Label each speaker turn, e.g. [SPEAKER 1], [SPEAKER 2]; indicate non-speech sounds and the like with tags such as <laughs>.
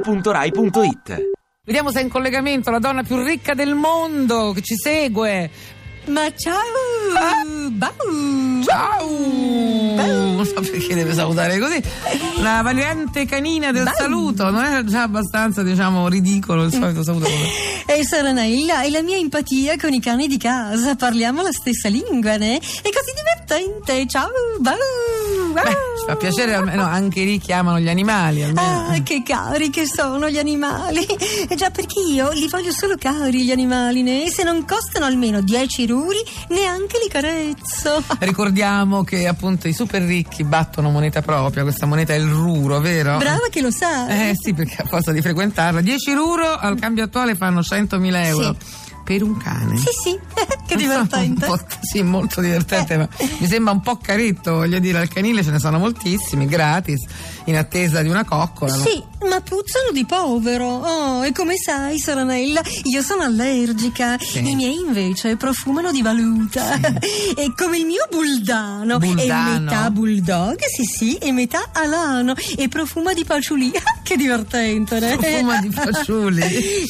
[SPEAKER 1] radio2pod.rai.it
[SPEAKER 2] Vediamo se è in collegamento la donna più ricca del mondo che ci segue.
[SPEAKER 3] Ma ciao! Bau!
[SPEAKER 2] Ciao! Non so perché deve salutare così. La variante canina del saluto, non è già abbastanza, diciamo, ridicolo il solito saluto.
[SPEAKER 3] E Saranella e la mia empatia con i cani di casa, parliamo la stessa lingua, né? È così divertente! Ciao! Bau!
[SPEAKER 2] Beh, ci fa piacere almeno, anche lì chiamano gli animali, almeno.
[SPEAKER 3] Ah, che cari che sono gli animali! E già perché io li voglio solo cari gli animali, né? E se non costano almeno 10 ruri, neanche li carezzo.
[SPEAKER 2] Ricordiamo che appunto i super ricchi battono moneta propria, questa moneta è il ruro, vero?
[SPEAKER 3] Brava che lo sai!
[SPEAKER 2] Eh sì, perché a forza di frequentarla. 10 euro al cambio attuale fanno 100.000 euro. Per un cane.
[SPEAKER 3] Sì, sì, <laughs> che divertente! Eh.
[SPEAKER 2] Un po'- sì, molto divertente, ma mi sembra un po' caretto, voglio dire, al canile ce ne sono moltissimi, gratis, in attesa di una coccola. no?
[SPEAKER 3] Sì, ma puzzano di povero. Oh, e come sai, Soranella, io sono allergica. I miei invece profumano di valuta. <laughs> e come il mio buldano. È
[SPEAKER 2] Buldano.
[SPEAKER 3] metà bulldog, sì sì, e metà alano. E profuma di <laughs> paciulì. che divertente, eh?
[SPEAKER 2] Profuma di
[SPEAKER 3] <laughs>
[SPEAKER 2] fagioli.